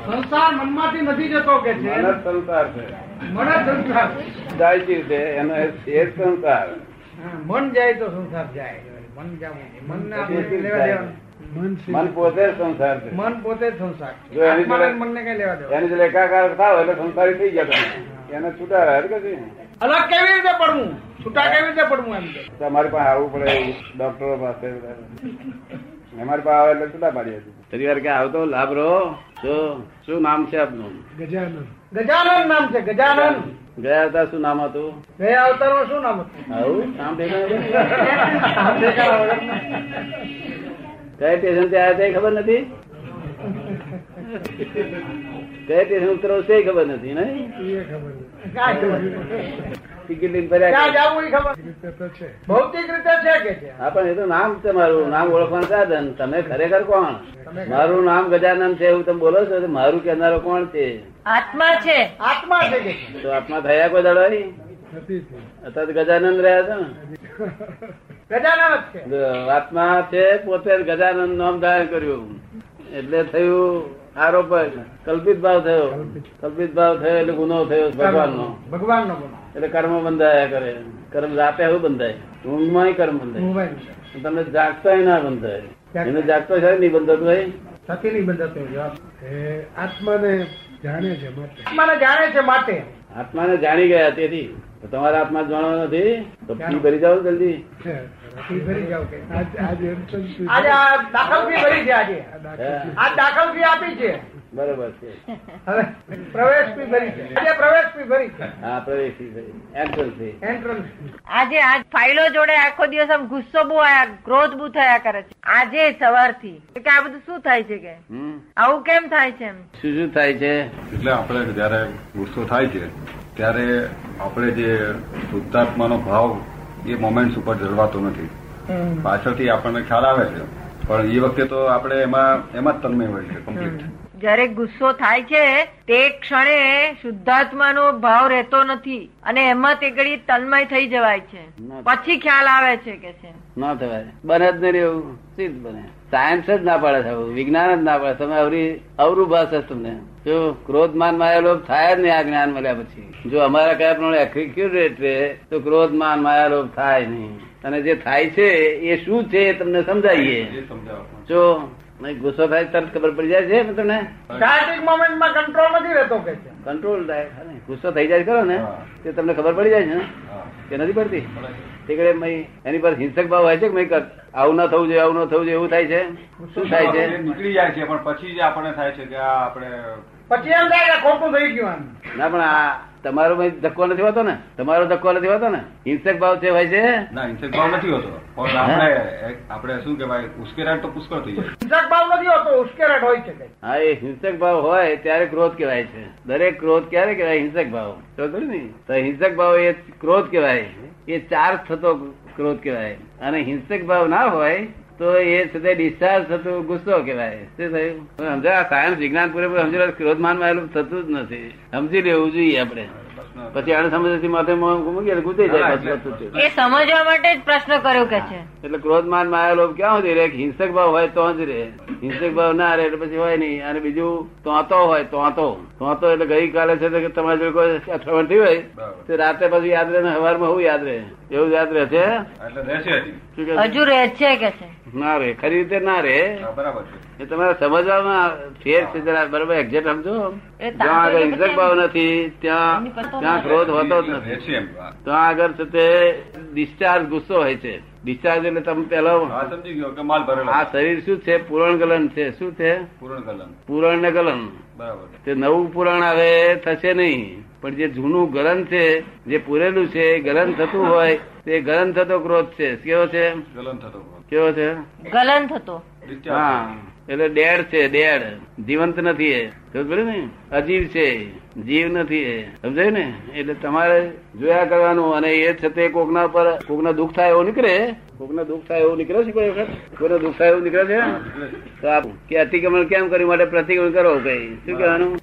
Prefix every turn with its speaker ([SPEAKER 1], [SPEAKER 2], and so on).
[SPEAKER 1] સંસાર મનમાંથી નથી જતો કે છે
[SPEAKER 2] મન જ સંસાર છે
[SPEAKER 1] મન જ સંસાર
[SPEAKER 2] જાય છે તે એનો એ એ જ સંસાર
[SPEAKER 1] હા, મન જાય તો સંસાર જાય મન જાવું નહીં. મનને આપણે કઈ લેવા દેવાનું
[SPEAKER 2] મન પોતે જ સંસાર છે
[SPEAKER 1] મન પોતે જ સંસાર
[SPEAKER 2] જો
[SPEAKER 1] છે
[SPEAKER 2] એની જોડે-
[SPEAKER 1] આત્માને મનને કઈ લેવા દેવાનું
[SPEAKER 2] એની જો એકાકાર થાવ એટલે સંસારી થઈ ગયા તમે એને છૂટા રહ્યા કશું
[SPEAKER 1] અલગ કેવી રીતે પડવું છૂટા કેવી રીતે પડવું એમ કે
[SPEAKER 2] તમારી પાસે આવવું પડે ડોક્ટરો પાસે અમારી પાસે આવે એટલે છૂટા પાડીએ છીએ. પરિવાર કે આવતો લાભરો તો શું નામ છે આપનું
[SPEAKER 1] ગજાનન નામ છે ગજાનન
[SPEAKER 2] ગયા હતા શું નામ હતું
[SPEAKER 1] ગયા અવતારમાં શું નામ હતું
[SPEAKER 2] આવું નામ દેખાયું?
[SPEAKER 1] દેખાડો.
[SPEAKER 2] કયા સ્ટેશન થી આવ્યા હતા એ ખબર નથી કયા સ્ટેશન ઉતરો છે એ ખબર નથી ને
[SPEAKER 1] કાંઈ ખબર નહીં.
[SPEAKER 2] ટિકિટ લઈને ફર્યા
[SPEAKER 1] ક્યાં
[SPEAKER 2] કરો.
[SPEAKER 1] જાવું એ ખબર ભૌતિક રીતે છે કે છે
[SPEAKER 2] હા પણ એ તો નામ છે મારું નામ ઓળખવાનું સાધન તમે ખરેખર કોણ
[SPEAKER 1] તમે
[SPEAKER 2] મારું નામ ગજાનન છે એવું તમે બોલો છો તો મારું કહેનારો કોણ છે
[SPEAKER 3] આત્મા છે
[SPEAKER 1] આત્મા છે કે છે.
[SPEAKER 2] તો આત્મા થયા કોઈ દાડો અહીં? અત્યારે તો ગજાનન રહ્યા છો ને?
[SPEAKER 1] ગજાનન જ છે
[SPEAKER 2] તો આત્મા છે પોતે જ ગજાનન નામ ધારણ કર્યું એટલે થયું આરોપ જ. કલ્પિત ભાવ થયો કલ્પિત ભાવ થયો એટલે ગુનો થયો ભગવાનનો
[SPEAKER 1] ભગવાનનો ગુનો.
[SPEAKER 2] એટલે કર્મ બંધાયા કરે કર્મ રાતે એવું બંધાય ઊંઘમાં કર્મ બંધાય
[SPEAKER 1] મોબાઈલ છે.
[SPEAKER 2] તમને જાગતા ના બંધાય એને જાગતો છે નહીં બંધાતું હોય
[SPEAKER 1] થતી નહીં બંધાતો જવાબ
[SPEAKER 4] એ આત્માને જાણે છે માટે
[SPEAKER 1] આત્માને જાણે છે માટે
[SPEAKER 2] આત્માને જાણી ગયા તેથી તો તમારા આત્મા જાણો નથી તો ફી ભરી જાઓ જલ્દી
[SPEAKER 4] છે.
[SPEAKER 1] ફી ભરી જાઓ કે
[SPEAKER 4] આજ આજ એમ છે ને
[SPEAKER 1] આજે
[SPEAKER 4] તું
[SPEAKER 1] આ દાખલ ફી ભરી છે આજે
[SPEAKER 4] આ
[SPEAKER 2] હા,
[SPEAKER 4] દાખલ
[SPEAKER 1] આ દાખલ ફી આપી છે
[SPEAKER 2] બરોબર છે
[SPEAKER 1] હવે પ્રવેશ ફી ભરી છે આજે પ્રવેશ ફી ભરી છે
[SPEAKER 2] હા પ્રવેશ ફી ભરી. Entrance fee.
[SPEAKER 1] એન્ટ્રન્સ
[SPEAKER 3] આજે આ ફાઇલો જોડે આખો દિવસ આમ ગુસ્સો બહુ આયા ક્રોધ બહુ થયા કરે છે આજે સવારથી કે આ બધું શું થાય છે કે
[SPEAKER 2] હમ.
[SPEAKER 3] આવું કેમ થાય છે એમ
[SPEAKER 2] શું શું થાય છે
[SPEAKER 5] એટલે આપણે જયારે ગુસ્સો થાય છે ત્યારે આપણે જે શુદ્ધાત્માનો ભાવ એ મોમેન્ટ્સ ઉપર જળવાતો નથી પાછળથી આપણને ખ્યાલ આવે છે પણ એ વખતે તો આપણે એમાં એમાં જ તન્મય હોય છે કમ્પ્લીટ
[SPEAKER 3] જ્યારે ગુસ્સો થાય છે તે ક્ષણે શુદ્ધાત્માનો ભાવ રહેતો નથી અને એમાં તે ઘડી તન્મય થઈ જવાય છે પછી ખ્યાલ આવે છે કે છે
[SPEAKER 2] ના થવાય બને જ નહીં એવું સીધ બને સાયન્સ જ ના પાડે છે આવું. વિજ્ઞાન જ ના પાડે તમે અવરી અવરું ભાષે છે તમને જો ક્રોધ માન માયા લોભ થાય જ નહીં આ જ્ઞાન મળ્યા પછી જો અમારા કયા પ્રમાણે એક્ઝિક્યુટ રહે તો ક્રોધ માન માયા લોભ થાય નહીં અને જે થાય છે એ શું છે એ તમને સમજાવીએ
[SPEAKER 5] એ સમજાવો
[SPEAKER 2] જો નહીં ગુસ્સો થાય તરત ખબર પડી જાય છે ને તમને
[SPEAKER 1] સ્ટાર્ટિંગ મોમેન્ટમાં કંટ્રોલ નથી રહેતો કે છે
[SPEAKER 2] કંટ્રોલ થાય અને ગુસ્સો થઈ જાય ખરો ને
[SPEAKER 5] હા.
[SPEAKER 2] તે તમને ખબર પડી જાય છે ને
[SPEAKER 5] હા.
[SPEAKER 2] કે નથી પડતી
[SPEAKER 5] બરાબર.
[SPEAKER 2] તે કરે મય એની પર હિંસક ભાવ હોય છે કે મય કર આવું ના થવું જોઈએ આવું ના થવું જોઈએ એવું થાય છે શું થાય છે
[SPEAKER 5] એ નીકળી જાય છે પણ પછી જે આપણને થાય છે કે આ આપણે
[SPEAKER 1] પછી એમ થાય કે ખોટું થઈ ગયું આમ
[SPEAKER 2] ના પણ આ તમારો મય ધક્કો નથી હોતો ને તમારો ધક્કો નથી હોતો ને હિંસક ભાવ છે હોય છે
[SPEAKER 5] ના ઇન્સેક્ટ ભાવ નથી હોતો પણ આપણે આપણે શું કહેવાય ઉશ્કેરાટ તો પુષ્કળ થઈ જાય
[SPEAKER 1] હિંસક ભાવ નથી હોતો ઉશ્કેરાટ હોય છે કે છે.
[SPEAKER 2] હા એ હિંસક ભાવ હોય ત્યારે ક્રોધ કહેવાય છે દરેક ક્રોધ ક્યારે કહેવાય હિંસક ભાવ તો ખરું ને તો હિંસક ભાવ એ ક્રોધ કહેવાય એ ચાર્જ થતો ક્રોધ કહેવાય અને હિંસક ભાવ ના હોય તો એ છતાં ડિસ્ચાર્જ થતો ગુસ્સો કહેવાય શું થયું પણ સમજો આ સાયન્સ વિજ્ઞાન પૂરેપૂરું સમજેલો ક્રોધ માન માયેલું થતું જ નથી સમજી લેવું જોઈએ આપણે
[SPEAKER 5] પ્રશ્ન
[SPEAKER 2] પછી આને સમજથી માથે મોં મૂકીએ એટલે ગુતે જાય
[SPEAKER 5] હા,
[SPEAKER 2] પાછું
[SPEAKER 5] એટલે-
[SPEAKER 2] બધું.
[SPEAKER 3] એ સમજવા માટે જ પ્રશ્ન કર્યો કે છે
[SPEAKER 2] એટલે ક્રોધ માન માયા લોભ ક્યાં સુધી રહે હિંસક ભાવ હોય તો જ રહે હિંસક ભાવ ના રહે એટલે પછી હોય નહીં અને બીજું તોતો હોય તોતો તોતો એટલે ગઈકાલે છે તો કે તમારે જો કોઈ અથડામણ થઈ હોય
[SPEAKER 5] બરાબર.
[SPEAKER 2] તો રાતે પછી યાદ રહે ને સવારમાં હું યાદ રહે એવું યાદ રહે છે
[SPEAKER 5] એટલે રહેશે હજી
[SPEAKER 2] શું કહે છે?
[SPEAKER 3] હજુ રહે છે કે છે
[SPEAKER 2] ના રહે ખરી રીતે ના રહે
[SPEAKER 5] હા, બરાબર છે
[SPEAKER 2] એ તમારે સમજવામાં ફેર છે જરા બરોબર એક્ઝેક્ટ સમજો
[SPEAKER 3] એ તાતો
[SPEAKER 2] જ્યાં આગળ
[SPEAKER 3] એટલે
[SPEAKER 2] હિંસક ભાવ નથી ત્યાં
[SPEAKER 3] એમની પત્તો
[SPEAKER 2] ત્યાં ક્રોધ હોતો જ નથી
[SPEAKER 5] રહેશે એમ હા.
[SPEAKER 2] ત્યાં આગળ છે તે ડિસ્ચાર્જ ગુસ્સો હોય છે ડિસ્ચાર્જ એટલે તમે પેલો
[SPEAKER 5] હા સમજી ગયો કે માલ ભરેલો
[SPEAKER 2] આ શરીર શું છે પૂરણ ગલન છે શું છે
[SPEAKER 5] પૂરણ કલમ
[SPEAKER 2] પૂરણ ને ગલન
[SPEAKER 5] બરાબર
[SPEAKER 2] તે નવું પૂરણ આવે થશે નહીં પણ જે જૂનું ગલન છે જે પૂરેલું છે એ ગલન થતું હોય તે ગલન થતો ક્રોધ છે કેવો છે
[SPEAKER 5] ગલન થતો હોય.
[SPEAKER 2] કેવો છે
[SPEAKER 3] ગલન થતો
[SPEAKER 5] Discharge.
[SPEAKER 2] હા એટલે ડેડ છે ડેડ જીવંત નથી એ સમજ પડી ને અજીવ છે જીવ નથી એ સમજાયું ને એટલે તમારે જોયા કરવાનું અને એ છતે કોકના પર કોકના દુઃખ થાય એવું નીકળે કોકના દુઃખ થાય એવું નીકળે છે કોઈ વખત કોઈના દુઃખ થાય એવું નીકળે છે
[SPEAKER 5] એટલે
[SPEAKER 2] તો આપ કે અતિક્રમણ કેમ કર્યું માટે પ્રતિક્રમણ કરો કઈ શું કહેવાનું